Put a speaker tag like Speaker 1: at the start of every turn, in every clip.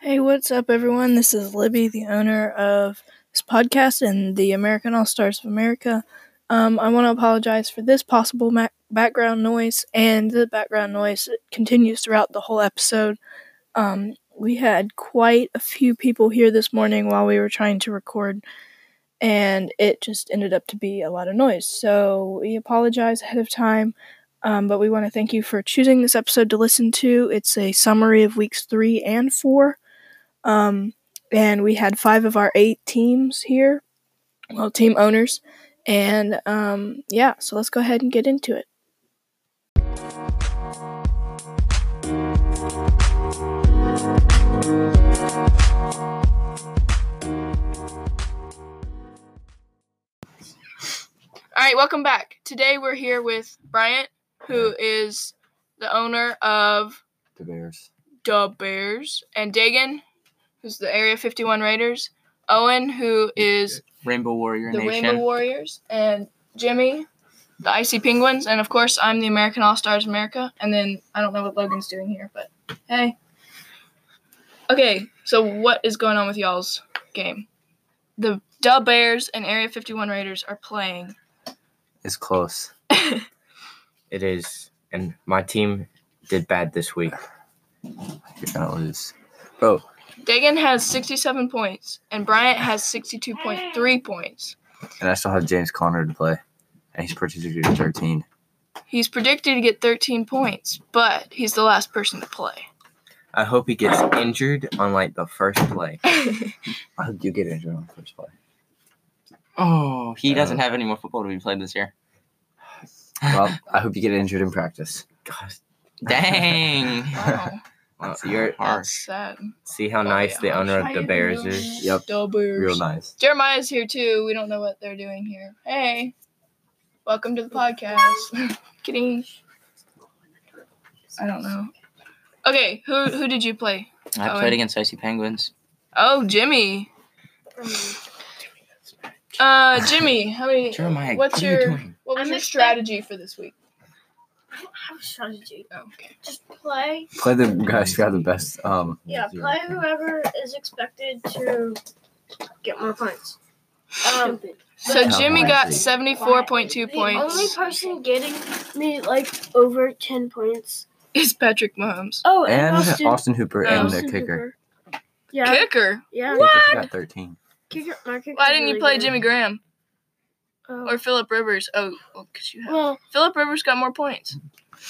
Speaker 1: Hey, what's up, everyone? This is Libby, the owner of this podcast and the American All Stars of America. Um, I want to apologize for this possible ma- background noise, and the background noise continues throughout the whole episode. Um, we had quite a few people here this morning while we were trying to record, and it just ended up to be a lot of noise. So we apologize ahead of time. Um, but we want to thank you for choosing this episode to listen to. It's a summary of weeks three and four. Um, and we had five of our eight teams here, well, team owners. And um, yeah, so let's go ahead and get into it. All right, welcome back. Today we're here with Bryant, who is the owner of
Speaker 2: the Bears.
Speaker 1: the Bears, and Dagan, who's the Area 51 Raiders, Owen, who is
Speaker 2: Rainbow Warrior
Speaker 1: the
Speaker 2: Nation.
Speaker 1: Rainbow Warriors, and Jimmy, the Icy Penguins, and of course, I'm the American All Stars America. And then I don't know what Logan's doing here, but hey. Okay, so what is going on with y'all's game? The Dub Bears and Area 51 Raiders are playing.
Speaker 3: It's close. it is. And my team did bad this week.
Speaker 2: You're gonna lose, bro.
Speaker 1: Dagan has 67 points, and Bryant has 62.3 points.
Speaker 2: And I still have James Conner to play, and he's predicted to 13.
Speaker 1: He's predicted to get 13 points, but he's the last person to play.
Speaker 3: I hope he gets injured on like the first play.
Speaker 2: I hope you get injured on the first play.
Speaker 3: Oh, he
Speaker 2: doesn't
Speaker 3: have any more football to be played this year.
Speaker 2: Well, I hope you get injured in practice.
Speaker 3: God. Dang.
Speaker 1: wow,
Speaker 3: Wow, you're,
Speaker 1: that's sad.
Speaker 3: see how nice the owner of the Bears is?
Speaker 2: Yep.
Speaker 1: The Bears.
Speaker 2: Real nice.
Speaker 1: Jeremiah's here too. We don't know what they're doing here. Hey, welcome to the podcast. Kidding. I don't know. Okay, who who did you play?
Speaker 4: I
Speaker 1: Owen.
Speaker 4: played against Icy Penguins.
Speaker 1: Oh, Jimmy. Uh, Jimmy, how many?
Speaker 4: Jeremiah,
Speaker 1: what's
Speaker 4: what are you
Speaker 1: your
Speaker 4: doing?
Speaker 1: what was
Speaker 5: I'm
Speaker 1: your
Speaker 5: expect-
Speaker 1: strategy for this week?
Speaker 5: I don't have a strategy.
Speaker 1: Oh, okay.
Speaker 5: Just play.
Speaker 2: Play the guys who have the best. Um,
Speaker 5: Yeah, play whoever is expected to get more points. Um,
Speaker 1: So Jimmy got
Speaker 2: Cowboys.
Speaker 1: seventy four point two
Speaker 5: the only
Speaker 1: points.
Speaker 5: person getting me like over ten points.
Speaker 1: Is Patrick Mahomes
Speaker 5: Oh, and,
Speaker 2: and
Speaker 5: Austin, Oh,
Speaker 2: Austin, Hooper and their
Speaker 5: Austin
Speaker 2: kicker.
Speaker 5: Hooper. Yeah,
Speaker 1: kicker?
Speaker 5: yeah.
Speaker 2: Hooper got 13.
Speaker 5: Kicker, my kicker's
Speaker 1: Why didn't you
Speaker 5: really
Speaker 1: play
Speaker 5: good.
Speaker 1: Jimmy Graham
Speaker 5: Oh.
Speaker 1: or Philip Rivers? Oh, well, 'cause you have
Speaker 5: well,
Speaker 1: Philip Rivers got more points.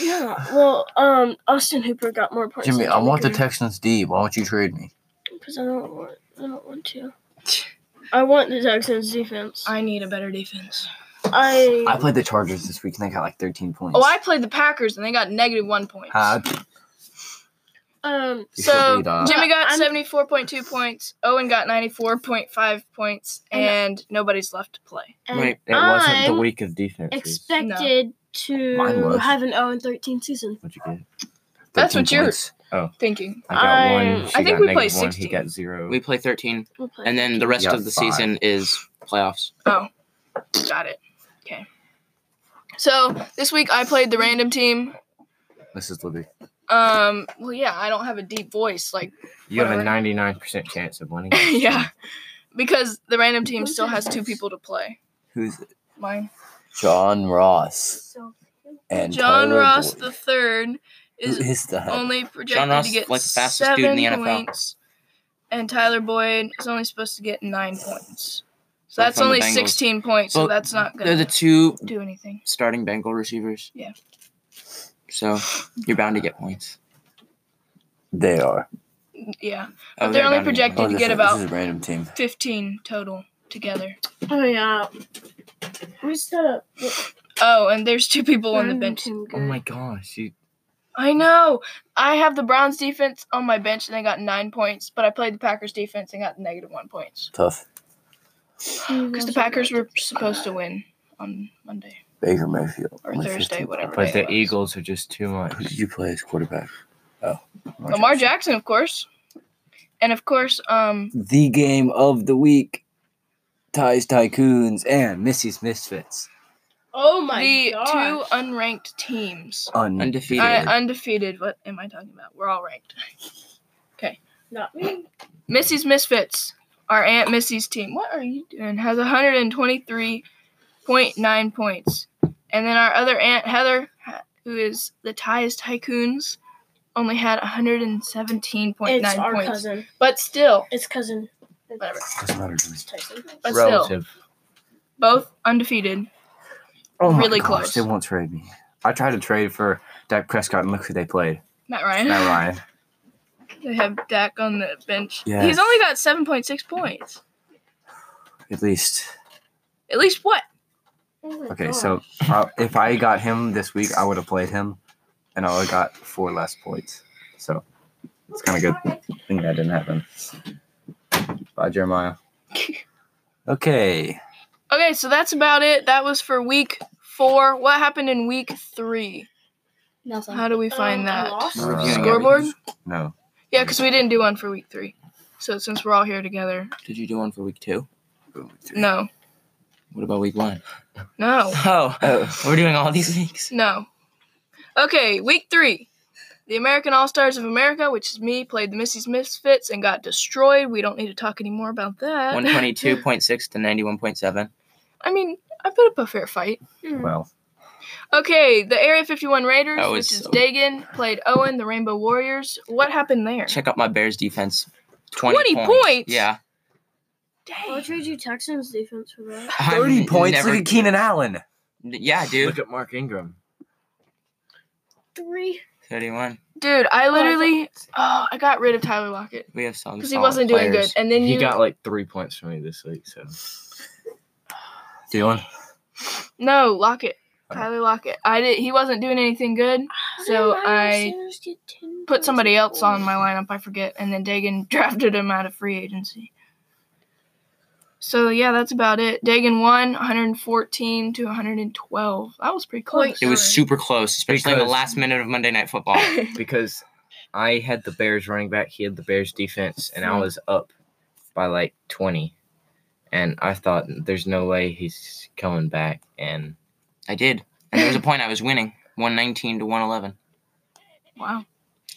Speaker 5: yeah. Well, um, Austin Hooper got more points.
Speaker 2: Jimmy,
Speaker 5: than
Speaker 2: I want the
Speaker 5: Graham.
Speaker 2: Texans D. Why don't you trade me?
Speaker 5: because I don't want. I don't want to. I want the Texans defense. I.
Speaker 1: I need a better defense.
Speaker 2: I played the Chargers this week and they got like 13 points.
Speaker 1: Oh, I played the Packers and they got negative one point.
Speaker 2: Uh,
Speaker 5: um.
Speaker 2: you should
Speaker 1: so
Speaker 2: read, uh,
Speaker 1: Jimmy got
Speaker 5: I'm-
Speaker 1: seventy four point two points. Owen got ninety four point five points, and nobody's left to play.
Speaker 5: And
Speaker 3: Wait, it wasn't
Speaker 5: I'm
Speaker 3: the week of defense.
Speaker 5: expected
Speaker 2: Mine
Speaker 5: to
Speaker 2: was.
Speaker 5: have an 0 and 13 season.
Speaker 3: What'd you get?
Speaker 1: That's
Speaker 2: 13
Speaker 1: what you're-
Speaker 2: points.
Speaker 1: Thinking
Speaker 3: I got
Speaker 5: I-
Speaker 3: one. She
Speaker 1: I think
Speaker 3: got
Speaker 1: we played
Speaker 3: negative one, He
Speaker 1: 16.
Speaker 3: got zero.
Speaker 4: We play 13,
Speaker 5: We'll play.
Speaker 4: and then the rest
Speaker 2: Yeah,
Speaker 4: of the
Speaker 2: five.
Speaker 4: season is playoffs.
Speaker 1: Oh, got it. Okay. So this week I played the random team.
Speaker 2: This is Libby.
Speaker 1: Um. Well, yeah, I don't have a deep voice like
Speaker 3: you have a
Speaker 1: whatever.
Speaker 3: 99% chance of winning.
Speaker 1: yeah, because the random team still has two people to play.
Speaker 2: Who's
Speaker 1: Mine.
Speaker 2: John Ross?
Speaker 5: So,
Speaker 2: and
Speaker 1: John
Speaker 2: Tyler
Speaker 1: Ross
Speaker 2: Boyd.
Speaker 1: the third is
Speaker 2: Who is that?
Speaker 1: only projected
Speaker 4: Ross
Speaker 1: to
Speaker 4: is
Speaker 1: get
Speaker 4: like the fastest
Speaker 1: seven
Speaker 4: dude in the NFL.
Speaker 1: points, and Tyler Boyd is only supposed to get nine points. So
Speaker 4: Both
Speaker 1: that's
Speaker 4: on the
Speaker 1: only
Speaker 4: Bengals.
Speaker 1: sixteen points. so
Speaker 4: Well,
Speaker 1: that's not
Speaker 4: They're
Speaker 1: gonna
Speaker 4: the two
Speaker 1: do anything.
Speaker 4: starting Bengal receivers.
Speaker 1: Yeah.
Speaker 4: So you're bound to get points.
Speaker 2: they are.
Speaker 1: Yeah,
Speaker 4: Oh,
Speaker 1: But they're only
Speaker 4: bound to get
Speaker 1: projected-
Speaker 4: points.
Speaker 1: Did you get about-
Speaker 2: a random team.
Speaker 1: fifteen total together.
Speaker 5: oh, yeah. We set up
Speaker 1: Oh, and there's two people on the bench.
Speaker 3: Oh my gosh. You,
Speaker 1: I know. I have the Browns defense on my bench, and they got nine points. But I played the Packers defense and got negative one points
Speaker 2: Tough.
Speaker 1: because the Packers were supposed to win on Monday
Speaker 2: Baker Mayfield.
Speaker 1: or
Speaker 2: Only
Speaker 1: Thursday,
Speaker 2: 15.
Speaker 1: whatever.
Speaker 3: but
Speaker 1: day
Speaker 3: the
Speaker 1: it was.
Speaker 3: Eagles are just too much.
Speaker 2: Who did you play as quarterback? Oh,
Speaker 1: Lamar Jackson, of course. And of course, um,
Speaker 2: The game of the week ties tycoons and Missy's Misfits.
Speaker 5: Oh my
Speaker 1: the
Speaker 5: gosh.
Speaker 1: two unranked teams.
Speaker 2: Un-
Speaker 4: Undefeated.
Speaker 1: I, undefeated. What am I talking about? We're all ranked. Okay.
Speaker 5: Not me.
Speaker 1: Missy's Misfits, our Aunt Missy's team. What are you doing? Has 123.9 points. And then our other Aunt Heather, ha- who is the Ties Tycoons, only had 117.9
Speaker 5: It's
Speaker 1: points.
Speaker 5: our cousin.
Speaker 1: But still,
Speaker 5: It's cousin. It's
Speaker 1: Whatever.
Speaker 2: Doesn't matter to me.
Speaker 5: Tyson.
Speaker 1: but still,
Speaker 3: Relative.
Speaker 1: both undefeated.
Speaker 2: Oh my
Speaker 1: Really
Speaker 2: gosh,
Speaker 1: close.
Speaker 2: They won't trade me. I tried to trade for Dak Prescott and look who they played.
Speaker 1: Matt Ryan.
Speaker 2: Matt Ryan.
Speaker 1: They have Dak on the bench.
Speaker 2: Yes.
Speaker 1: He's only got 7.6 points.
Speaker 2: At least.
Speaker 1: At least what?
Speaker 5: Oh my
Speaker 2: Okay,
Speaker 5: gosh.
Speaker 2: so uh, if I got him this week, I would have played him, and I would have got four less points. So it's kind of good thing that didn't happen. Bye, Jeremiah. Okay.
Speaker 1: Okay, so that's about it. That was for week four. What happened in week three?
Speaker 5: Nothing.
Speaker 1: How do we find
Speaker 5: Um, I
Speaker 1: that?
Speaker 5: lost.
Speaker 2: Uh,
Speaker 4: Reviewing
Speaker 1: Scoreboard?
Speaker 4: everything.
Speaker 2: No.
Speaker 1: Yeah, because we didn't do one for week three. So since we're all here together,
Speaker 4: Did you do one for week two?
Speaker 1: no,
Speaker 4: What about week one?
Speaker 1: no,
Speaker 4: Oh, we're doing all these weeks.
Speaker 1: no. Okay, week three. The American All Stars of America, which is me, played the Missy's Misfits and got destroyed. We don't need to talk any more about that.
Speaker 4: One twenty-two point six to ninety-one point seven.
Speaker 1: I mean, I put up a fair fight.
Speaker 5: Hmm.
Speaker 2: Well,
Speaker 1: Okay, the Area 51 Raiders,
Speaker 4: That
Speaker 1: which
Speaker 4: was
Speaker 1: is
Speaker 4: so-
Speaker 1: Dagan, played Owen, the Rainbow Warriors. What happened there?
Speaker 4: Check out my Bears defense.
Speaker 1: 20
Speaker 4: 20, points.
Speaker 1: points?
Speaker 4: Yeah.
Speaker 5: I'll
Speaker 1: Dang.
Speaker 5: trade you Texans defense for that.
Speaker 4: I'm
Speaker 2: 30 points.
Speaker 4: never-
Speaker 2: Look at Keenan Allen.
Speaker 4: yeah,
Speaker 3: Look
Speaker 4: dude.
Speaker 3: at Mark Ingram.
Speaker 5: Three.
Speaker 4: Thirty-one.
Speaker 1: Dude, I literally, oh, I got rid of Tyler Lockett
Speaker 4: We have some.
Speaker 1: because he
Speaker 4: solid
Speaker 1: wasn't doing
Speaker 4: players.
Speaker 1: good. And then
Speaker 3: He
Speaker 1: you
Speaker 3: got like three points from me this week, so
Speaker 2: Dylan.
Speaker 1: No, Lockett.
Speaker 2: Okay.
Speaker 1: Tyler Lockett. I did. He wasn't doing anything good. So I Put somebody else on my lineup. I forget. And then Dagan drafted him out of free agency. So yeah, that's about it. Dagan won 114 to 112. That was pretty close.
Speaker 5: Wait.
Speaker 4: It was
Speaker 5: Sorry.
Speaker 4: super close, especially in the
Speaker 3: Because-
Speaker 4: last minute of Monday Night Football.
Speaker 3: because I had the Bears running back, he had the Bears defense, and I was up by like twenty. And I thought there's no way he's coming back and
Speaker 4: I did, and there was a point I was winning, one nineteen to one eleven,
Speaker 1: wow.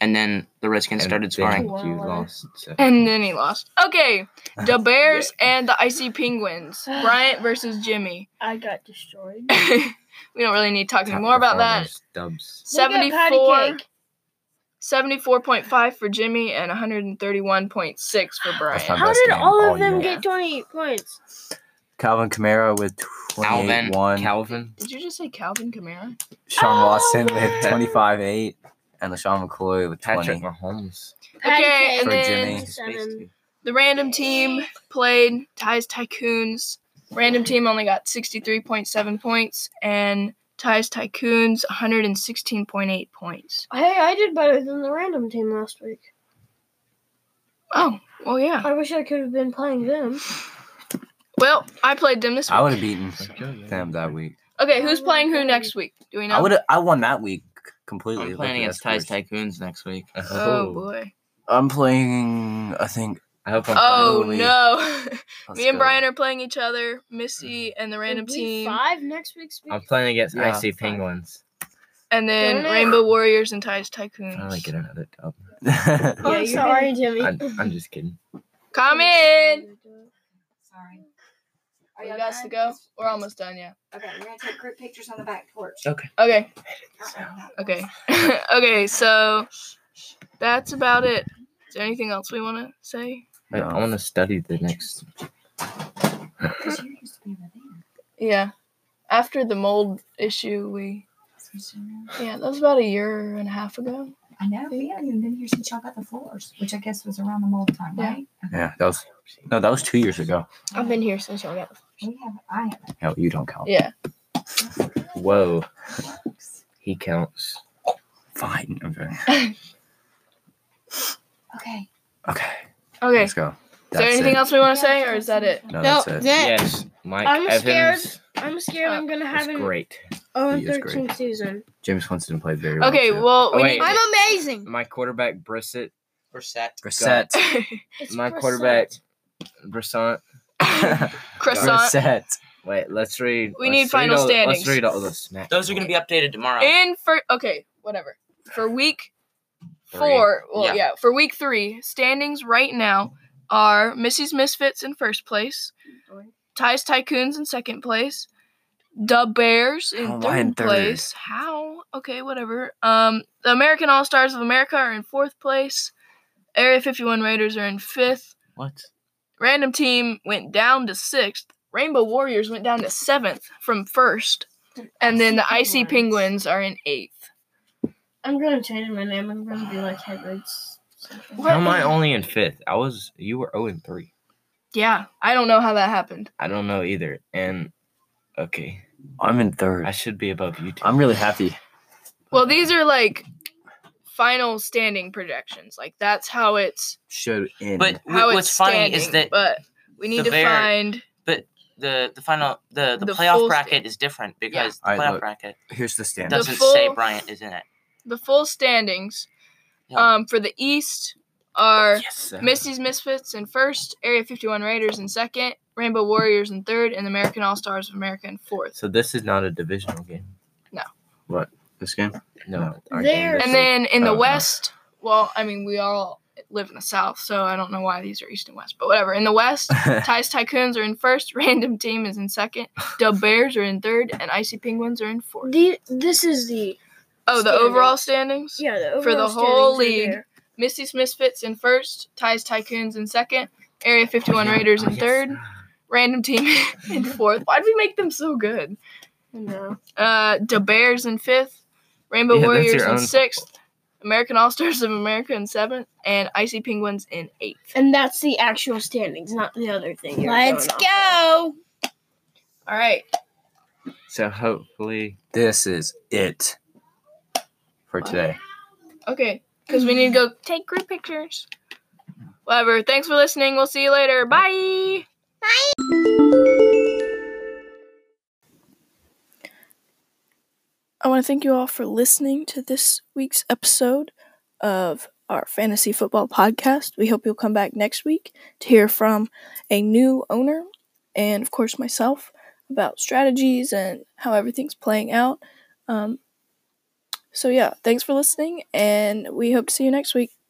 Speaker 4: and then the Redskins
Speaker 3: and
Speaker 4: started
Speaker 3: then
Speaker 4: scoring.
Speaker 3: You
Speaker 5: Wow.
Speaker 3: lost. So.
Speaker 1: And then he lost. Okay, the Bears and the Icy Penguins. Bryant versus Jimmy.
Speaker 5: I got destroyed.
Speaker 1: we don't really need to talk
Speaker 3: Top
Speaker 1: anymore about that.
Speaker 3: performers, Dubs.
Speaker 5: Look at
Speaker 1: 74,
Speaker 5: Patty Cake.
Speaker 1: 74.5 for Jimmy and 131.6 for
Speaker 2: That's
Speaker 1: Bryant.
Speaker 2: not
Speaker 5: How
Speaker 2: best
Speaker 5: did
Speaker 2: game Oh,
Speaker 5: all
Speaker 2: all
Speaker 5: of them
Speaker 2: year.
Speaker 5: get 28 points?
Speaker 2: Calvin Kamara with
Speaker 4: Alvin,
Speaker 2: 28-1.
Speaker 4: Calvin.
Speaker 1: Did you just say Calvin Kamara?
Speaker 2: Sean Watson with
Speaker 5: Alvin.
Speaker 2: 25-8. And LaShawn McCoy with 20.
Speaker 3: Patrick Mahomes.
Speaker 5: Patty
Speaker 1: Okay,
Speaker 5: Cake.
Speaker 1: and
Speaker 2: For
Speaker 1: then
Speaker 2: Jimmy.
Speaker 5: Seven.
Speaker 1: the random team played Ty's Tycoons. Random team only got 63.7 points, and Ty's Tycoons 116.8 points.
Speaker 5: Hey, I did better than the random team last week.
Speaker 1: Oh, well, yeah.
Speaker 5: I wish I could have been playing them.
Speaker 1: Well, I played them this
Speaker 2: I would
Speaker 1: week.
Speaker 2: have beaten them that week.
Speaker 1: Okay, who's playing who next week? Do we know?
Speaker 2: I would have. I won that week completely.
Speaker 4: I'm
Speaker 2: Look at
Speaker 4: playing against
Speaker 2: that
Speaker 4: Ty's
Speaker 2: scores.
Speaker 4: Tycoons next week.
Speaker 1: Oh, boy.
Speaker 2: I'm playing. I think.
Speaker 3: I hope I'm
Speaker 1: Oh,
Speaker 2: Holy-
Speaker 1: no.
Speaker 2: let's
Speaker 1: Me and
Speaker 2: go.
Speaker 1: Brian are playing each other. Missy and the random
Speaker 5: Week
Speaker 1: team.
Speaker 5: Five next week's week.
Speaker 3: I'm playing against
Speaker 4: Yeah.
Speaker 3: Icy Penguins.
Speaker 1: And then
Speaker 5: Darn it.
Speaker 1: Rainbow Warriors and Ty's Tycoons.
Speaker 3: Finally get another dub.
Speaker 5: Oh,
Speaker 1: Yeah, you're
Speaker 5: sorry, Jimmy.
Speaker 3: I'm, I'm just kidding.
Speaker 1: Come in.
Speaker 6: Sorry. Are
Speaker 1: We
Speaker 6: y'all
Speaker 1: got us
Speaker 6: done?
Speaker 1: to go. We're almost done, yeah.
Speaker 6: Okay, we're gonna take group pictures on the back porch.
Speaker 1: Okay.
Speaker 6: Uh-uh, not
Speaker 1: Okay. okay, so that's about it. Is there anything else we want to say?
Speaker 3: I, I want to study the next.
Speaker 6: Because you used to be in the van.
Speaker 1: Yeah. After the mold issue, we.
Speaker 6: So you know-
Speaker 1: Yeah, that was about a year and a half ago.
Speaker 6: I know, we haven't even been here since y'all got the floors, which I guess was around the mold time,
Speaker 1: Yeah.
Speaker 6: right?
Speaker 2: Yeah, that was no, that was two years ago.
Speaker 1: I've been here since y'all got the.
Speaker 6: We have, I have.
Speaker 2: Hell, you don't count.
Speaker 1: Yeah.
Speaker 3: Whoa,
Speaker 6: books.
Speaker 3: he counts.
Speaker 2: Fine. Okay.
Speaker 6: Okay.
Speaker 2: Okay.
Speaker 1: Okay.
Speaker 2: Let's go.
Speaker 1: Is there anything else we want to say, or is that it?
Speaker 2: No,
Speaker 5: No,
Speaker 2: that's it.
Speaker 5: that
Speaker 3: Yes, Mike
Speaker 5: I'm scared.
Speaker 3: Evans
Speaker 5: I'm scared I'm gonna
Speaker 3: was
Speaker 5: have an
Speaker 3: great.
Speaker 5: 0
Speaker 2: He is great.
Speaker 5: 13 season.
Speaker 2: James Winston played very well.
Speaker 1: Okay.
Speaker 2: too.
Speaker 1: Well, we
Speaker 3: Oh,
Speaker 1: need.
Speaker 3: wait.
Speaker 5: I'm amazing.
Speaker 3: My quarterback Brissett.
Speaker 4: We're set.
Speaker 2: Brissett.
Speaker 5: It's
Speaker 3: My
Speaker 5: Brissette.
Speaker 3: quarterback Brissant.
Speaker 1: Croissant.
Speaker 2: Brissett.
Speaker 3: Wait, let's read.
Speaker 1: We
Speaker 3: let's
Speaker 1: need
Speaker 3: read
Speaker 1: final
Speaker 3: all-
Speaker 1: standings.
Speaker 3: Let's read all the snacks.
Speaker 4: Those are gonna be updated tomorrow.
Speaker 1: In for okay, whatever. For week four, well,
Speaker 3: Yeah.
Speaker 1: yeah. for week three, standings right now are Missy's Misfits in first place, Ty's Tycoons in second place, Dub Bears in,
Speaker 2: Oh, why
Speaker 1: third,
Speaker 2: in third?
Speaker 1: place. How? Okay, whatever. Um, the American All Stars of America are in fourth place. Area 51 Raiders are in fifth.
Speaker 3: What?
Speaker 1: Random Team went down to sixth. Rainbow Warriors went down to seventh from first. And then the Icy Penguins are in eighth.
Speaker 5: I'm gonna change my name. I'm gonna be like Hedwig's. something.
Speaker 1: What?
Speaker 3: How am I only in fifth? I was. You were zero and three.
Speaker 1: Yeah, I don't know how that happened.
Speaker 3: I don't know either. And okay,
Speaker 2: I'm in third.
Speaker 3: I should be above you 2
Speaker 2: I'm really happy.
Speaker 1: Well, these are like final standing projections. Like that's how it's
Speaker 2: Should end.
Speaker 4: But
Speaker 1: how
Speaker 4: wh-
Speaker 1: it's
Speaker 4: what's funny
Speaker 1: standing.
Speaker 4: is that
Speaker 1: but we need to
Speaker 4: the var-
Speaker 1: find
Speaker 4: the the final the the,
Speaker 1: The full
Speaker 4: playoff bracket
Speaker 1: sta-
Speaker 4: is different because
Speaker 2: Alright,
Speaker 4: the playoff
Speaker 2: look.
Speaker 4: bracket
Speaker 2: here's the standard.
Speaker 4: doesn't
Speaker 1: full-
Speaker 4: say Bryant is in it.
Speaker 1: the full standings.
Speaker 4: Yeah.
Speaker 1: Um, for the East are
Speaker 2: Yes.
Speaker 1: Misty's Misfits in first, Area 51 Raiders in second, Rainbow Warriors in third, and the American All Stars of America in fourth.
Speaker 3: So this is not a divisional game.
Speaker 2: This game.
Speaker 3: No.
Speaker 2: No.
Speaker 3: our
Speaker 5: There-
Speaker 3: game
Speaker 1: And
Speaker 3: is-
Speaker 1: then in the
Speaker 2: Oh, no.
Speaker 1: West, well, I mean, we all live in the South, so I don't know why these are East and West, but whatever. In the West, Ty's Tycoons are in first, Random Team is in second, Dub Bears are in third, and Icy Penguins are in fourth.
Speaker 5: The, this is the
Speaker 1: Oh, the
Speaker 5: Standings.
Speaker 1: overall standings?
Speaker 5: yeah the overall
Speaker 1: For the whole
Speaker 5: standings are
Speaker 1: league.
Speaker 5: there.
Speaker 1: Misty's Misfits in first, Ty's Tycoons in second, Area 51 Raiders in third, Random Team in fourth. Why'd we make them so good?
Speaker 5: No,
Speaker 1: Uh, the Bears in fifth, Rainbow
Speaker 3: Yeah, that's
Speaker 1: Warriors
Speaker 3: your
Speaker 1: in
Speaker 3: own-
Speaker 1: sixth, American All Stars of America in seventh, and Icy Penguins in eighth.
Speaker 5: and that's the actual standings, not the other thing. you're going off
Speaker 1: go. All right.
Speaker 3: So hopefully,
Speaker 2: This is it for today.
Speaker 1: Okay. Because we need to go take group pictures. Whatever. Thanks for listening. We'll see you later. Bye. I want to thank you all for listening to this week's episode of our fantasy football podcast. We hope you'll come back next week to hear from a new owner and, of course, myself about strategies and how everything's playing out. Um, so, yeah, thanks for listening, and we hope to see you next week.